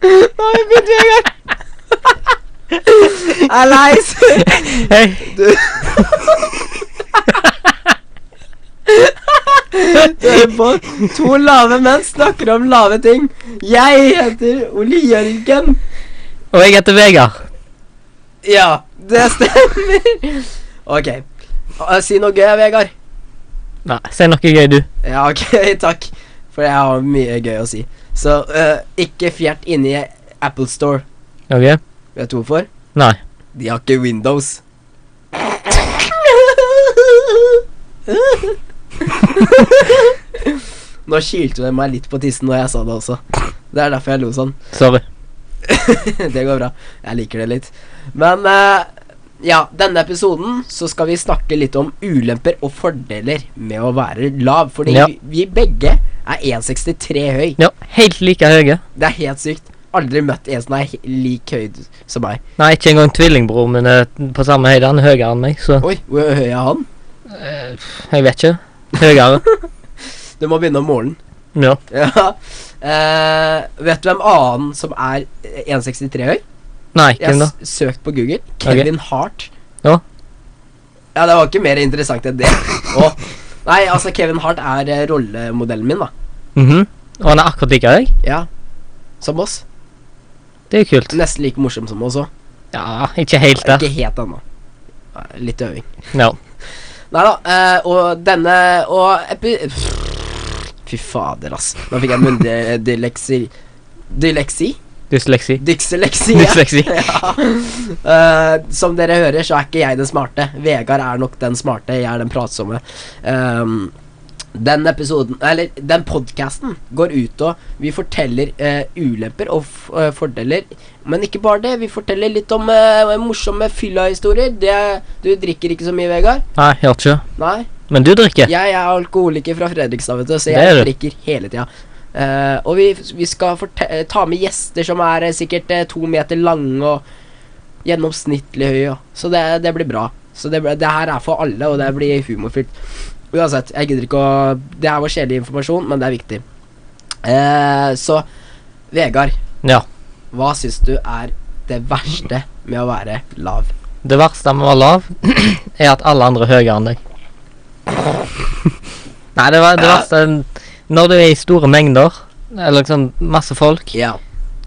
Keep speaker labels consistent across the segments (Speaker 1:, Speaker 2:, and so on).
Speaker 1: Nei, begynte jeg igjen. Alice!
Speaker 2: Hei.
Speaker 1: Du Det er på to lave menn snakker om lave ting. Jeg heter Ole Jørgen.
Speaker 2: Og jeg heter Vegard.
Speaker 1: Ja, det stemmer. Ok. Eh, Si noe gøy, Vegard.
Speaker 2: Nei, si noe gøy, du.
Speaker 1: Ja, ok, takk. For jeg har mye gøy å si. Så eh, ikke fjert inni Apple Store.
Speaker 2: Ok?
Speaker 1: Vet du hvorfor?
Speaker 2: Nei.
Speaker 1: De har ikke Windows. Nå kilte det meg litt på tissen når jeg sa det også. Det er derfor jeg lo sånn.
Speaker 2: Sorry.
Speaker 1: det går bra. Jeg liker det litt. Men eh, ja, denne episoden så skal vi snakke litt om ulemper og fordeler med å være lav. Fordi
Speaker 2: Ja.
Speaker 1: vi, vi begge er 1,63 høy.
Speaker 2: Ja, helt like høye.
Speaker 1: Det er helt sykt. Aldri møtt en som er he- lik høy som meg.
Speaker 2: Nei, ikke engang tvillingbroren min er på samme høyde. Han er høyere enn meg, så
Speaker 1: Oi, hvor høy er han?
Speaker 2: eh, Jeg vet ikke. Høyere.
Speaker 1: Du må begynne om morgenen.
Speaker 2: Ja.
Speaker 1: Ja. Eh, vet du hvem annen som er eh, 1,63 høy?
Speaker 2: Nei,
Speaker 1: Jeg
Speaker 2: hvem da?
Speaker 1: har s- søkt på Google. Kevin Hart.
Speaker 2: Ja.
Speaker 1: Ja, det var ikke mer interessant enn det. Å. Nei, altså, Kevin Hart er eh, rollemodellen min, da.
Speaker 2: Mhm. Og han er akkurat like deg?
Speaker 1: Ja. Som oss.
Speaker 2: Det er jo kult.
Speaker 1: Nesten like morsom som oss òg.
Speaker 2: Ja, ikke helt der.
Speaker 1: Ikke helt ennå. Nei, Litt øving.
Speaker 2: Ja.
Speaker 1: Nei da. eh, og denne Og epi... Fy fader, ass. Nå fikk jeg eh, munndyleksi... Dyleksi?
Speaker 2: Dysleksi.
Speaker 1: Dykseleksi. ja.
Speaker 2: Dysleksi.
Speaker 1: Ja. Eh, som dere hører, så er ikke jeg den smarte. Vegard er nok den smarte. Jeg er den pratsomme. Ehm, den episoden, eller den podkasten, går ut og vi forteller eh, ulemper og f eh, fordeler. Men ikke bare det. Vi forteller litt om eh, morsomme fyllahistorier. Det- Du drikker ikke så mye, Vegard?
Speaker 2: Nei, jeg gjør ikke.
Speaker 1: Nei?
Speaker 2: Men du drikker.
Speaker 1: Jeg er alkoholiker fra Fredrikstad, vet du, så
Speaker 2: Det er
Speaker 1: jeg
Speaker 2: du.
Speaker 1: drikker hele tida. Eh, og vi, vi skal forte- ta med gjester som er eh, sikkert eh, to meter lange og gjennomsnittlig høye. ja. Så det, det blir bra. Så det, blir- det her er for alle, og det blir humorfylt. Uansett, jeg gidder ikke å Det her var kjedelig informasjon, men det er viktig. Eh, så Vegard,
Speaker 2: Ja.
Speaker 1: hva syns du er det verste med å være lav?
Speaker 2: Det verste med å være lav, er at alle andre er høyere enn deg. Nei, det, var, det verste Når du er i store mengder, eller liksom masse folk,
Speaker 1: Ja.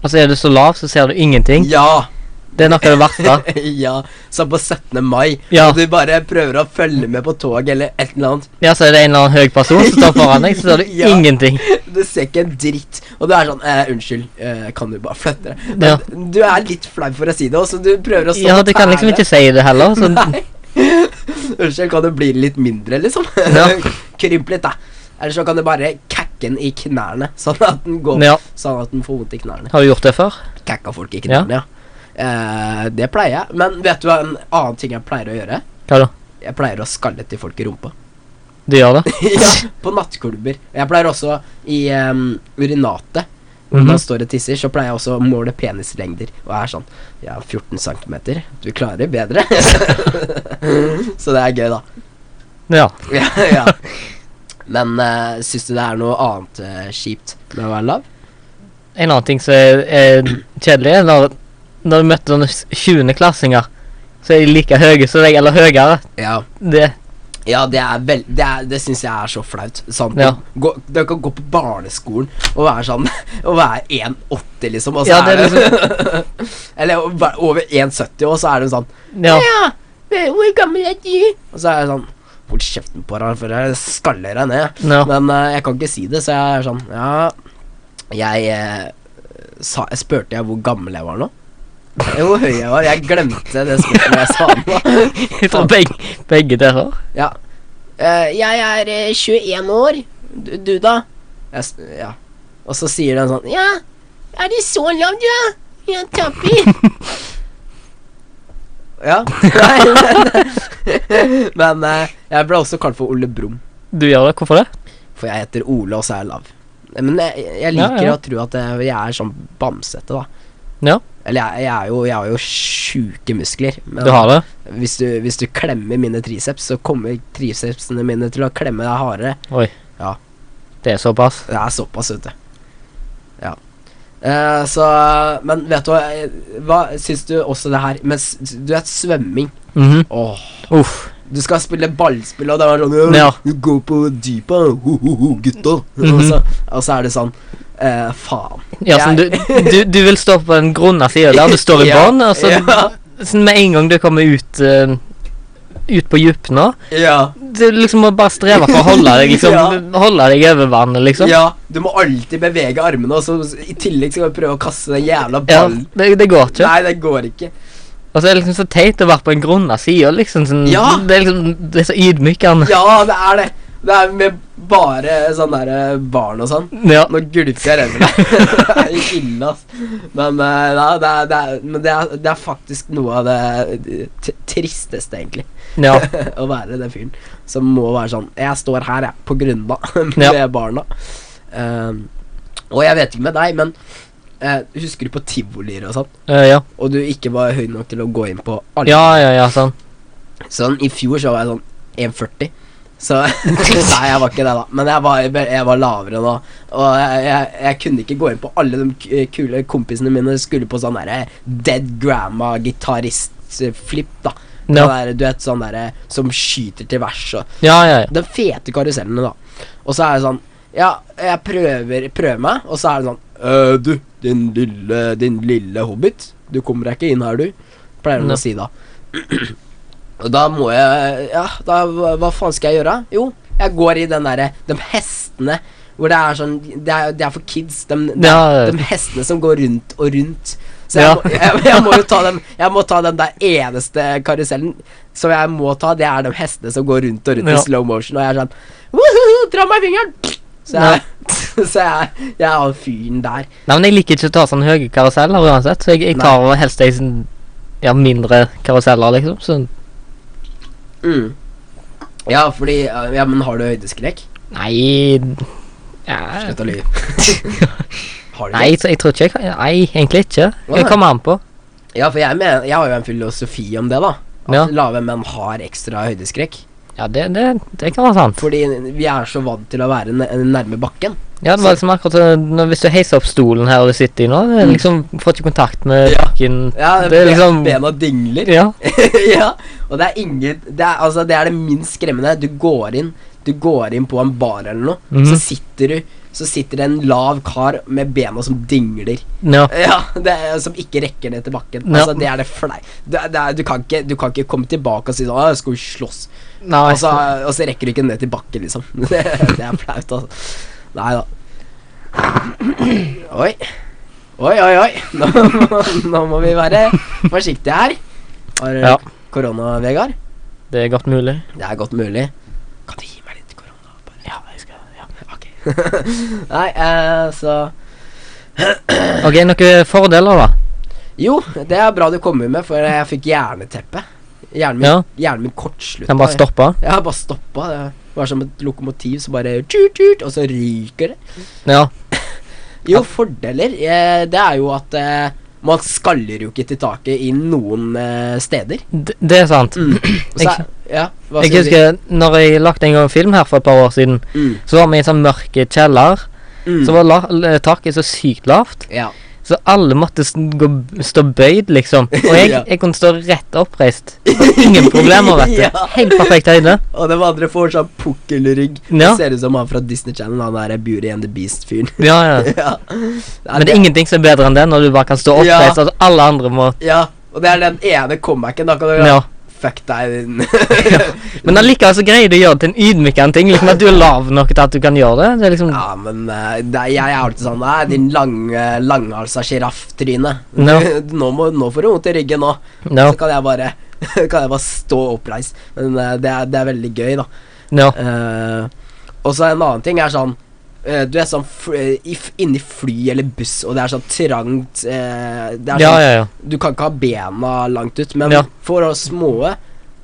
Speaker 2: og så Altså, er du så lav, så ser du ingenting.
Speaker 1: Ja.
Speaker 2: Det er noe av det verste.
Speaker 1: ja. Som på 17. mai.
Speaker 2: Ja.
Speaker 1: Og du bare prøver å følge med på tog eller et eller annet.
Speaker 2: Ja, så er det en eller annen høy person som står foran deg, så ser du
Speaker 1: Ja.
Speaker 2: ingenting.
Speaker 1: Du ser ikke en dritt. Og du er sånn eh, 'Unnskyld, eh, kan du bare flytte deg?' Men
Speaker 2: Ja.
Speaker 1: Du er litt flau for å si det, og så du prøver å stå
Speaker 2: Ja,
Speaker 1: på
Speaker 2: du kan liksom
Speaker 1: tærne.
Speaker 2: ikke sånn- si det heller. Så,
Speaker 1: Nei. Unnskyld, kan du bli litt mindre, liksom?
Speaker 2: Ja.
Speaker 1: Krymp litt, da. Eller så kan du bare kakke den i knærne, sånn at den går
Speaker 2: ja.
Speaker 1: Sånn at den får vondt i knærne.
Speaker 2: Har du gjort det før?
Speaker 1: Kakka folk i
Speaker 2: Ja.
Speaker 1: knærne, ja. Eh, det pleier jeg. Men vet du hva en annen ting jeg pleier å gjøre?
Speaker 2: Hva da?
Speaker 1: Jeg pleier å skalle til folk i rumpa.
Speaker 2: Du gjør det?
Speaker 1: ja, på nattklubber. Jeg pleier også i em, urinatet. Når
Speaker 2: Mhm.
Speaker 1: man står og tisser, så pleier jeg også å måle penislengder. Og er sånn Ja, 14 cm. Du klarer bedre. så det er gøy, da.
Speaker 2: Ja.
Speaker 1: ja, ja. Men uh, syns du det er noe annet eh, kjipt med å være lav?
Speaker 2: En annen ting som er, er kjedelig, er når, når du møter sånne 20.-klassinger, så er de like høye som deg, eller høyere.
Speaker 1: Ja.
Speaker 2: Det
Speaker 1: Ja, det er vel Det, er- det syns jeg er så flaut. Sant?
Speaker 2: Ja.
Speaker 1: Gå, du kan gå på barneskolen og være sånn Og være 1,80, liksom. Og så
Speaker 2: Ja,
Speaker 1: er
Speaker 2: det er
Speaker 1: det, eller å være over 1,70, og så er det sånn
Speaker 2: Ja.
Speaker 1: men hvor gammel er du? Og så er jeg sånn Hold kjeften på deg, for jeg skaller deg ned.
Speaker 2: ja.
Speaker 1: Men eh, jeg kan ikke si det, så jeg er sånn Ja, jeg eh, sa, Spurte jeg hvor gammel jeg var nå? Jo, hvor høy jeg var. Jeg glemte det spørsmålet jeg sa nå.
Speaker 2: Jeg tror begge, begge deler.
Speaker 1: Ja. Eh, jeg er eh, 21 år. Du, du da? Jeg, s- ja. Og så sier den sånn Ja, er du så lav, du, da? Jeg tapper. ja. Nei, men men eh, jeg ble også kalt for Ole Brumm,
Speaker 2: Du gjør det? Hvorfor det?
Speaker 1: for jeg heter Ole, og så er jeg lav. Eh, Men jeg, jeg
Speaker 2: Ja,
Speaker 1: liker
Speaker 2: ja.
Speaker 1: å tro at jeg, jeg er sånn bamsete, da.
Speaker 2: Ja.
Speaker 1: Eller jeg, jeg, er jo, jeg har jo sjuke muskler. Men
Speaker 2: Du har det?
Speaker 1: hvis du, hvis du klemmer mine triceps, så kommer tricepsene mine til å klemme deg hardere.
Speaker 2: Det er såpass.
Speaker 1: Det er såpass, vet du. Ja. Eh, så Men vet du hva, eh, hva syns du også det her med s- Du vet svømming.
Speaker 2: Mhm.
Speaker 1: Åh.
Speaker 2: Uff.
Speaker 1: Du skal spille ballspill, og det er sånn
Speaker 2: Ja.
Speaker 1: Du går på dypa, ho, ho, ho, gutta.
Speaker 2: Mhm.
Speaker 1: og, så, og så er det sånn eh, Faen.
Speaker 2: Ja, sånn, du, du, du vil stå på den grunne sida der du står i altså.
Speaker 1: Ja,
Speaker 2: bånn, og så
Speaker 1: ja,
Speaker 2: sånn med en gang du kommer ut eh, Ut på dypene
Speaker 1: ja,
Speaker 2: Du liksom må bare streve for å holde deg liksom
Speaker 1: Ja.
Speaker 2: Holde deg over vannet, liksom.
Speaker 1: ja. Du må alltid bevege armene, og så i tillegg skal du prøve å kaste den jævla
Speaker 2: Ja,
Speaker 1: ballen.
Speaker 2: det, det går ikke.
Speaker 1: Nei, det går ikke.
Speaker 2: Og så er det liksom så teit å være på en grunna side. Liksom, sånn,
Speaker 1: Ja.
Speaker 2: Det er liksom Det er så ydmykende.
Speaker 1: Ja, det er det. Det er med bare sånn derre barn og sånn.
Speaker 2: Ja.
Speaker 1: Nå gulper jeg ræva. Det er ille, ass. Men, eh, ja, det, er, det, er, men det, er, det er faktisk noe av det eh, t tristeste, egentlig.
Speaker 2: ja.
Speaker 1: å være den fyren som må være sånn Jeg står her, jeg, på grunna med
Speaker 2: Ja.
Speaker 1: barna. Ehm, og jeg vet ikke med deg, men eh, husker du på tivolier og sånn?
Speaker 2: Eh, ja.
Speaker 1: Og du ikke var høy nok til å gå inn på alle?
Speaker 2: ja, ja, ja, sånn.
Speaker 1: Sånn, I fjor så var jeg sånn 1,40. Så Nei, jeg var ikke det, da. Men jeg var, jeg var lavere nå. Og jeg, jeg, jeg kunne ikke gå inn på alle de k- kule kompisene mine skulle på sånn derre Dead Grandma-gitarist-flip, da. Det
Speaker 2: Ja.
Speaker 1: der, du vet, sånn derre som skyter til vers og
Speaker 2: ja, ja, ja.
Speaker 1: de fete karusellene, da. Og så er det sånn Ja, jeg prøver, prøver meg, og så er det sånn «Øh, Du, din lille, din lille hobbit. Du kommer deg ikke inn her, du. Pleier hun
Speaker 2: Ja.
Speaker 1: å si da. Og da må jeg Ja, da, hva hva faen skal jeg gjøre? Jo, jeg går i den derre De hestene hvor det er sånn Det er, det er for kids. De, de,
Speaker 2: Ja, ja.
Speaker 1: de hestene som går rundt og rundt. Så jeg,
Speaker 2: Ja.
Speaker 1: må, jeg, jeg må jo ta den Jeg må ta den der eneste karusellen som jeg må ta. Det er de hestene som går rundt og rundt i
Speaker 2: Ja.
Speaker 1: slow motion, og jeg er sånn Woohoo, dra meg i fingeren! Så jeg, så jeg, jeg er han fyren der.
Speaker 2: Nei, men jeg liker ikke å ta sånne høye karuseller uansett, så jeg, jeg tar helst ei sånn Ja, mindre karuseller, liksom. Så
Speaker 1: Mm. Ja, fordi øh, Ja, men har du høydeskrekk?
Speaker 2: nei ja.
Speaker 1: Slutt å lyve. har du
Speaker 2: Nei,
Speaker 1: det?
Speaker 2: jeg, jeg tror ikke jeg kan Nei, egentlig ikke.
Speaker 1: Å, nei.
Speaker 2: Det kommer an på.
Speaker 1: Ja, for jeg, mener, jeg har jo en filosofi om det, da. At
Speaker 2: Ja.
Speaker 1: lave menn har ekstra høydeskrekk.
Speaker 2: Ja, det, det, det kan være sant.
Speaker 1: Fordi vi er så vant til å være n- nærme bakken.
Speaker 2: Ja, det var liksom akkurat sånn når- Hvis du heiser opp stolen her og du sitter i nå, det er liksom får ikke kontakt med
Speaker 1: Mm. Ja.
Speaker 2: bakken
Speaker 1: Ja,
Speaker 2: Det er liksom-
Speaker 1: Bena dingler.
Speaker 2: Ja.
Speaker 1: ja, og det er ingen det er, altså, det er det minst skremmende. Du går inn Du går inn på en bar eller noe,
Speaker 2: Mhm.
Speaker 1: så sitter du Så sitter det en lav kar med bena som dingler.
Speaker 2: ja.
Speaker 1: Ja, det er, Som ikke rekker ned til bakken.
Speaker 2: Ja.
Speaker 1: Altså, det er det flei... Det, er- det er, du, kan ikke, du kan ikke komme tilbake og si sånn «Å, 'Skal vi slåss?'
Speaker 2: Nei.
Speaker 1: Og så, Altså, og så rekker du ikke ned til bakken, liksom. det, det er flaut, altså. Nei da. Oi. Oi, oi, oi. Nå, må- nå må vi være forsiktige her. Har du
Speaker 2: Ja.
Speaker 1: korona, Vegard?
Speaker 2: Det er godt mulig.
Speaker 1: Det er godt mulig. Kan du gi meg litt korona? Bare? Ja, jeg skal Ja, ok. Nei, eh, så
Speaker 2: Ok, noen fordeler, da?
Speaker 1: Jo, det er bra du kommer med, for jeg fikk hjerneteppe. Hjernen min,
Speaker 2: Ja.
Speaker 1: hjernen min kortslutta.
Speaker 2: Kan bare
Speaker 1: Jeg-
Speaker 2: stoppe?
Speaker 1: Jeg har bare stoppa. Det var som et lokomotiv som bare tjut, tjut, og så ryker det.
Speaker 2: Ja.
Speaker 1: Jo, fordeler eh, Det er jo at eh, man skaller jo ikke til taket i noen eh, steder.
Speaker 2: Det, det er sant.
Speaker 1: Mm. Og så er, ja, hva skal du
Speaker 2: Jeg
Speaker 1: si?
Speaker 2: husker når jeg lagde en gang film her for et par år siden,
Speaker 1: Mm,
Speaker 2: så var vi i en sånn mørk kjeller.
Speaker 1: mm,
Speaker 2: Så var la, l- taket så sykt lavt,
Speaker 1: ja.
Speaker 2: så alle måtte s- gå, b- stå bøyd, liksom. Og jeg,
Speaker 1: Ja.
Speaker 2: jeg kunne stå rett oppreist. Det var Ingen problemer, vet du.
Speaker 1: Ja.
Speaker 2: Helt perfekt høyde.
Speaker 1: Og de andre får sånn pukkelrygg. Det
Speaker 2: Ja.
Speaker 1: Ser ut som han fra Disney Channel, han der Beauty and the Beast-fyren.
Speaker 2: Ja, ja.
Speaker 1: ja.
Speaker 2: Men det er ingenting som er bedre enn det, når du bare kan stå
Speaker 1: Ja.
Speaker 2: oppreist, og alle andre må
Speaker 1: Ja, og det er den ene comebacken. Da kan du
Speaker 2: ja.
Speaker 1: Fuck deg, din
Speaker 2: Men allikevel så greier du å gjøre det til en ydmykende ting. Liksom At du er lav nok til at du kan gjøre det. Det er liksom
Speaker 1: Ja, men eh, det, er- jeg er alltid sånn Nei, din lange, langhalsa sjirafftryne.
Speaker 2: Ja.
Speaker 1: nå, må- nå får du vondt i ryggen nå.
Speaker 2: No,
Speaker 1: Så kan jeg bare Kan jeg bare stå oppreist. Men eh, det, er, det er veldig gøy, da.
Speaker 2: no.
Speaker 1: Eh, og så en annen ting er sånn eh, Du er sånn fl i f- inni fly eller buss, og det er sånn trangt eh, Det er
Speaker 2: Ja,
Speaker 1: sånn
Speaker 2: ja, ja.
Speaker 1: Du kan ikke ha bena langt ut, men
Speaker 2: Ja.
Speaker 1: for oss små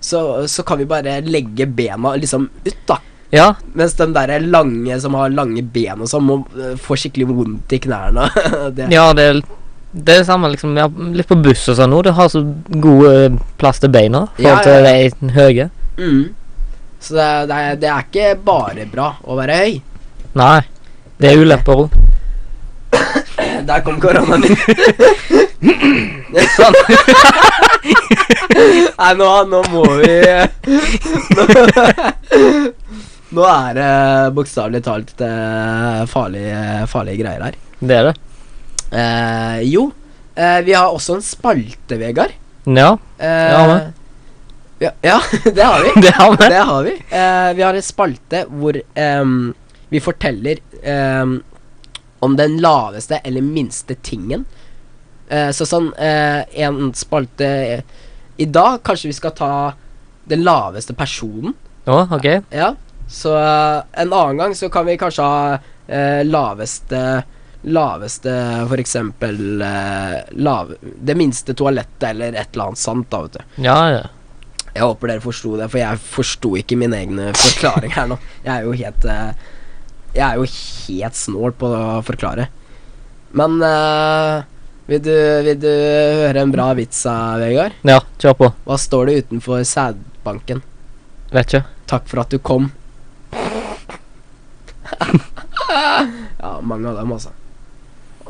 Speaker 1: så, så kan vi bare legge bena liksom ut, da.
Speaker 2: Ja,
Speaker 1: Mens de der lange som har lange ben og sånn, må eh, få skikkelig vondt i knærne. det,
Speaker 2: ja det, er, det er det samme liksom ja, Litt på buss og sånn nå. Du har så god eh, plass til beina i
Speaker 1: Ja,
Speaker 2: forhold til
Speaker 1: ja,
Speaker 2: de høye.
Speaker 1: Mm. Så det, det, er, det er ikke bare bra å være høy.
Speaker 2: Nei. Det er ulemper òg.
Speaker 1: Der kom koronaen din.
Speaker 2: Sånn.
Speaker 1: Nei, nå, nå må vi nå, nå er det bokstavelig talt eh, farlige, farlige greier her.
Speaker 2: Det er det.
Speaker 1: Eh, jo, eh, vi har også en spalte, Vegard.
Speaker 2: Ja,
Speaker 1: Eh,
Speaker 2: har
Speaker 1: ja, ja, det har vi.
Speaker 2: det har vi.
Speaker 1: Det har vi. Eh, vi har en spalte hvor ehm, vi forteller ehm, om den laveste eller minste tingen. Eh, så sånn, eh, en spalte eh, I dag kanskje vi skal ta den laveste personen.
Speaker 2: Å, ok.
Speaker 1: Ja. Så eh, en annen gang så kan vi kanskje ha eh, laveste Laveste for eksempel eh, lav, Det minste toalettet eller et eller annet sant, da, vet du.
Speaker 2: Ja, ja.
Speaker 1: Jeg håper dere forsto det, for jeg forsto ikke min egne forklaring her nå. Jeg er jo helt eh, Jeg er jo helt snål på å forklare. Men eh, vil, du, vil du høre en bra vits av Vegard?
Speaker 2: Ja, kjør på.
Speaker 1: Hva står det utenfor sædbanken?
Speaker 2: Vet ikke.
Speaker 1: Takk for at du kom. ja, mange av dem, altså.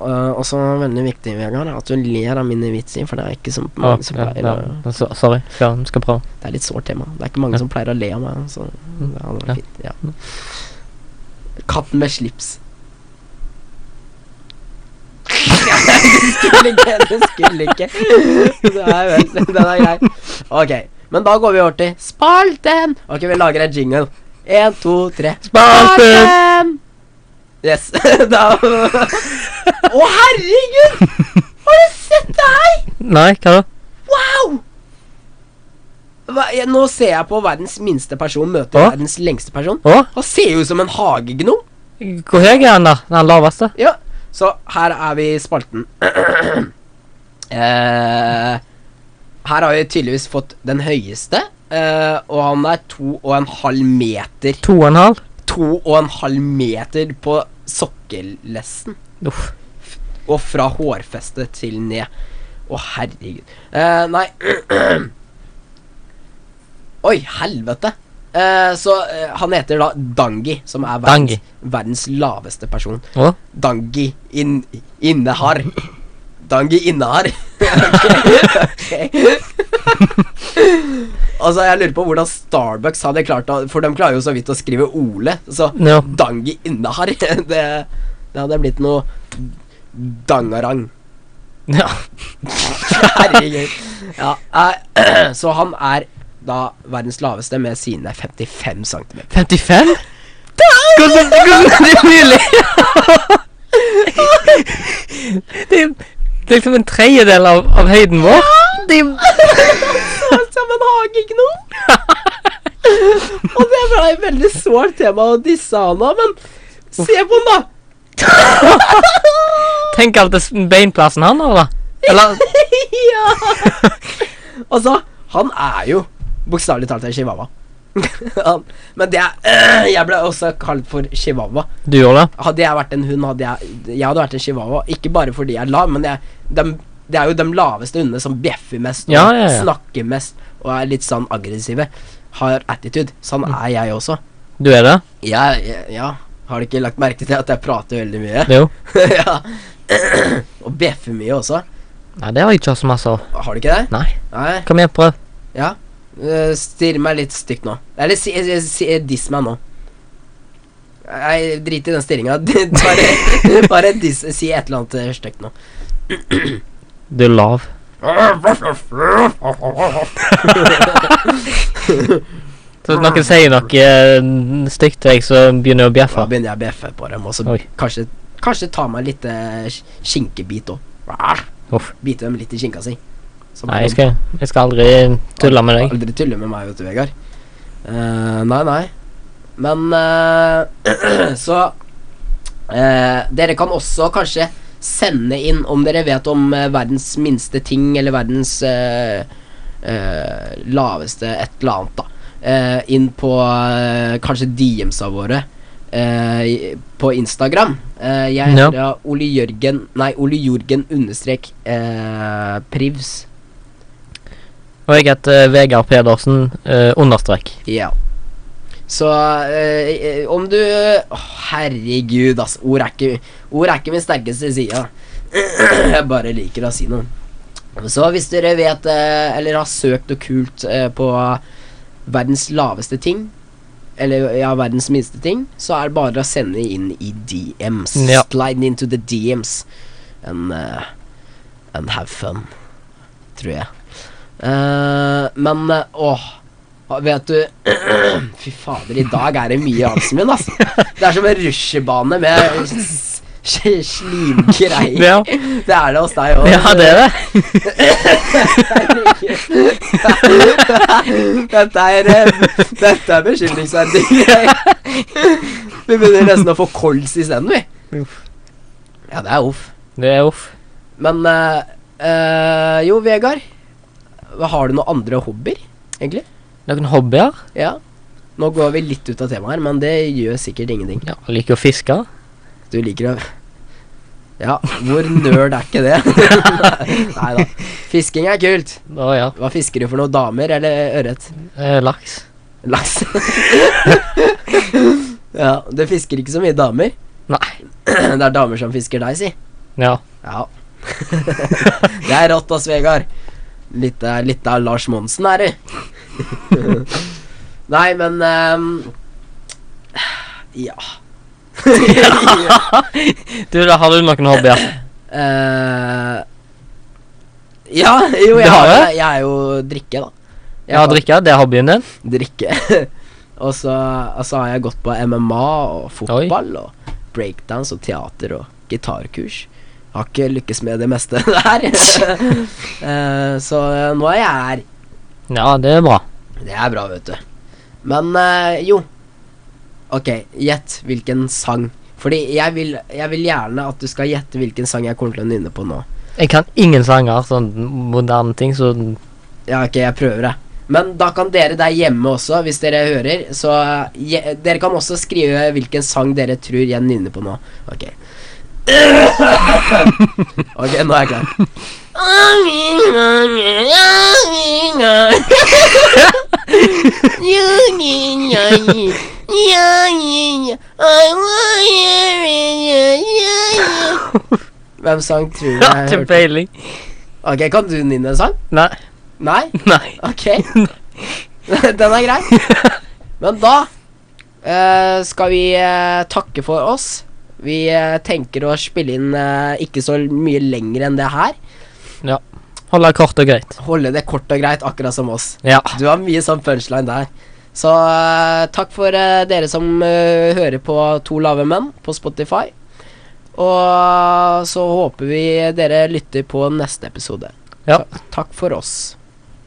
Speaker 1: Uh, også veldig viktig, Vegard, er at du ler av mine vitser, for det er ikke så
Speaker 2: Å,
Speaker 1: mange som
Speaker 2: ja,
Speaker 1: pleier
Speaker 2: ja.
Speaker 1: å
Speaker 2: Så- Sorry. Ja, vi skal prøve.
Speaker 1: det er litt sårt tema. Det er ikke mange
Speaker 2: Ja.
Speaker 1: som pleier å le av meg. Så det hadde vært
Speaker 2: Ja.
Speaker 1: fint, ja. Katten med slips. det skulle ikke, det skulle ikke. Det er vel, den er grei. Ok, men da går vi over til spalten. Ok, vi lager en jingle. En, to, tre.
Speaker 2: Spalten!
Speaker 1: Yes. da Å, herregud! Har du sett det her?
Speaker 2: Nei, hva da?
Speaker 1: Wow! Hva, jeg, nå ser jeg på verdens minste person møter
Speaker 2: Hå?
Speaker 1: verdens lengste person.
Speaker 2: Å,
Speaker 1: Han ser jo ut som en hagegnom.
Speaker 2: hvor høy er han da? Den laveste?
Speaker 1: Ja, så her er vi i spalten. eh, her har vi tydeligvis fått den høyeste, eh, og han er to og en halv meter.
Speaker 2: To og en halv?
Speaker 1: To og en halv meter på sokkellesten.
Speaker 2: Uff.
Speaker 1: Og fra hårfeste til ned. Å, herregud. Eh, nei Oi, helvete. Eh, så eh, han heter da Dangi, som er verdens,
Speaker 2: Dangi.
Speaker 1: verdens laveste person.
Speaker 2: Å,
Speaker 1: Dangi inn, innehar. Dangi innehar. Ok, ok. altså, jeg lurer på hvordan Starbucks hadde klart å For de klarer jo så vidt å skrive Ole. Så
Speaker 2: ja.
Speaker 1: Dangi innehar. Det, det hadde blitt noe dangarang.
Speaker 2: Ja.
Speaker 1: Herregud. Ja, eh, så han er da verdens laveste med sine 55 cm.
Speaker 2: 55? Hvordan, hvordan er det mulig? det, er- det er liksom en tredjedel av, av høyden vår. Det er
Speaker 1: Som en hagegnom! Og det var et Altså, veldig sårt tema å disse han av, men se på han,
Speaker 2: Tenk alt det s- beinplassen han har, da. Eller
Speaker 1: da! ja! Altså, han er jo bokstavelig talt en chihuahua. Han- men det er Jeg ble også kalt for chihuahua.
Speaker 2: du gjorde det?
Speaker 1: Hadde jeg vært en hund, hadde jeg Jeg hadde vært en chihuahua. Ikke bare fordi jeg er lav, men jeg, dem, det er jo de laveste hundene som bjeffer mest, og
Speaker 2: Ja, ja, ja.
Speaker 1: snakker mest og er litt sånn aggressive. Har attitude. Sånn
Speaker 2: Mm.
Speaker 1: er jeg også.
Speaker 2: Du er det?
Speaker 1: Jeg, jeg, ja. Har du ikke lagt merke til at jeg prater veldig mye?
Speaker 2: Det er jo.
Speaker 1: ja. og bjeffer mye også.
Speaker 2: Nei, det har jeg ikke hatt så masse av.
Speaker 1: Har du ikke det?
Speaker 2: Nei.
Speaker 1: Nei.
Speaker 2: Kom igjen, prøv.
Speaker 1: Ja. Uh, Stirr meg litt stygt nå. Eller si, si, si, diss meg nå. Nei, drit i den stirringa. bare bare diss, si et eller annet eh, stygt nå.
Speaker 2: Du er lav. Så hvis noen sier noe eh, stygt til deg, så begynner jeg å
Speaker 1: Da
Speaker 2: bjeffe.
Speaker 1: begynner jeg å bjeffe på dem, og så
Speaker 2: Oi.
Speaker 1: kanskje, kanskje ta meg litt eh, sk- skinkebit òg.
Speaker 2: Uff.
Speaker 1: Bite dem litt i skinka si. Så
Speaker 2: Nei,
Speaker 1: bare-
Speaker 2: jeg skal, jeg skal aldri tulle med deg.
Speaker 1: Aldri tulle med meg, vet du, Vegard. Eh, nei, nei. Men eh, Så eh, Dere kan også kanskje sende inn om dere vet om eh, verdens minste ting, eller verdens eh, eh, laveste et eller annet, da. Eh, inn på eh, kanskje DM-sa våre eh, i- på Instagram. Eh, jeg
Speaker 2: Ja.
Speaker 1: heter da Ole Jørgen Nei, Ole Jorgen understrek eh, Privs.
Speaker 2: Og jeg heter eh, Vegard Pedersen eh, understrek.
Speaker 1: Ja. Så eh, eh, om du Å, Herregud, ass. Ord er ikke, ord er ikke min sterkeste side. Jeg bare liker å si noe. Så hvis dere vet, eh, eller har søkt noe kult eh, på verdens laveste ting, eller ja, verdens minste ting, så er det bare å sende inn i DMs.
Speaker 2: Ja.
Speaker 1: Slide into the DMs and, eh, and have fun, tror jeg. Eh, men eh, åh, Ah, vet du Fy fader, i dag er det mye i halsen min, altså. Det er som en rusjebane med s- s- slimgreier.
Speaker 2: Ja.
Speaker 1: Det er det hos deg òg.
Speaker 2: Ja, det er det.
Speaker 1: Dette er eh, Dette er beskyldningsverdig. Vi begynner nesten å få kols isteden, vi.
Speaker 2: Uff.
Speaker 1: Ja, det er uff.
Speaker 2: Det er uff.
Speaker 1: Men eh, eh, Jo, Vegard. hva- Har du noen andre hobbyer, egentlig?
Speaker 2: Noen hobbyer?
Speaker 1: Ja. Nå går vi litt ut av temaet her, men det gjør sikkert ingenting.
Speaker 2: Ja, liker å fiske.
Speaker 1: Du liker å Ja, hvor nerd er ikke det? Nei da. Fisking er kult.
Speaker 2: Å ja.
Speaker 1: Hva fisker du for noe? Damer eller ørret?
Speaker 2: Eh, Laks.
Speaker 1: Laks. ja, det fisker ikke så mye damer.
Speaker 2: Nei.
Speaker 1: Det er damer som fisker deg, si.
Speaker 2: Ja.
Speaker 1: Ja. det er rått, ass, Vegard. Litt, eh, litt av Lars Monsen er du. Nei, men ehm, Ja.
Speaker 2: Du, da har du noen hobbyer.
Speaker 1: Eh, ja, jo,
Speaker 2: Det
Speaker 1: jeg,
Speaker 2: har
Speaker 1: har,
Speaker 2: jeg.
Speaker 1: det. jeg er jo drikke, da. Jeg
Speaker 2: Ja,
Speaker 1: har-
Speaker 2: drikke. Det er hobbyen din.
Speaker 1: drikke. og så og så har jeg gått på MMA og fotball og breakdance og teater og gitarkurs. Har ikke lykkes med det meste der. Eh, så eh, nå er jeg her.
Speaker 2: Ja, det er bra.
Speaker 1: Det er bra, vet du. Men eh, jo. Ok, gjett hvilken sang. Fordi jeg vil, jeg vil gjerne at du skal gjette hvilken sang jeg kommer til å nynne på nå.
Speaker 2: Jeg kan ingen sanger, sånn moderne ting, så
Speaker 1: Ja, ok, jeg prøver det. Men da kan dere der hjemme også, hvis dere hører, så je, Dere kan også skrive hvilken sang dere tror jeg nynner på nå. Ok. Ok, nå er jeg klar. Hvem sang tror du
Speaker 2: Ja,
Speaker 1: jeg
Speaker 2: ikke
Speaker 1: hørte?
Speaker 2: peiling.
Speaker 1: Ok, kan du nynne en sang?
Speaker 2: Nei.
Speaker 1: Nei?
Speaker 2: Nei.
Speaker 1: Ok. Den er grei. Men da eh, skal vi eh, takke for oss. Vi eh, tenker å spille inn eh, ikke så mye lenger enn det her.
Speaker 2: Holde kort og greit.
Speaker 1: Holde det kort og greit, akkurat som oss.
Speaker 2: Ja.
Speaker 1: Du har mye sånn punchline der. Så eh, takk for eh, dere som eh, hører på To lave menn på Spotify. Og så håper vi dere lytter på neste episode.
Speaker 2: Ja.
Speaker 1: Takk for oss.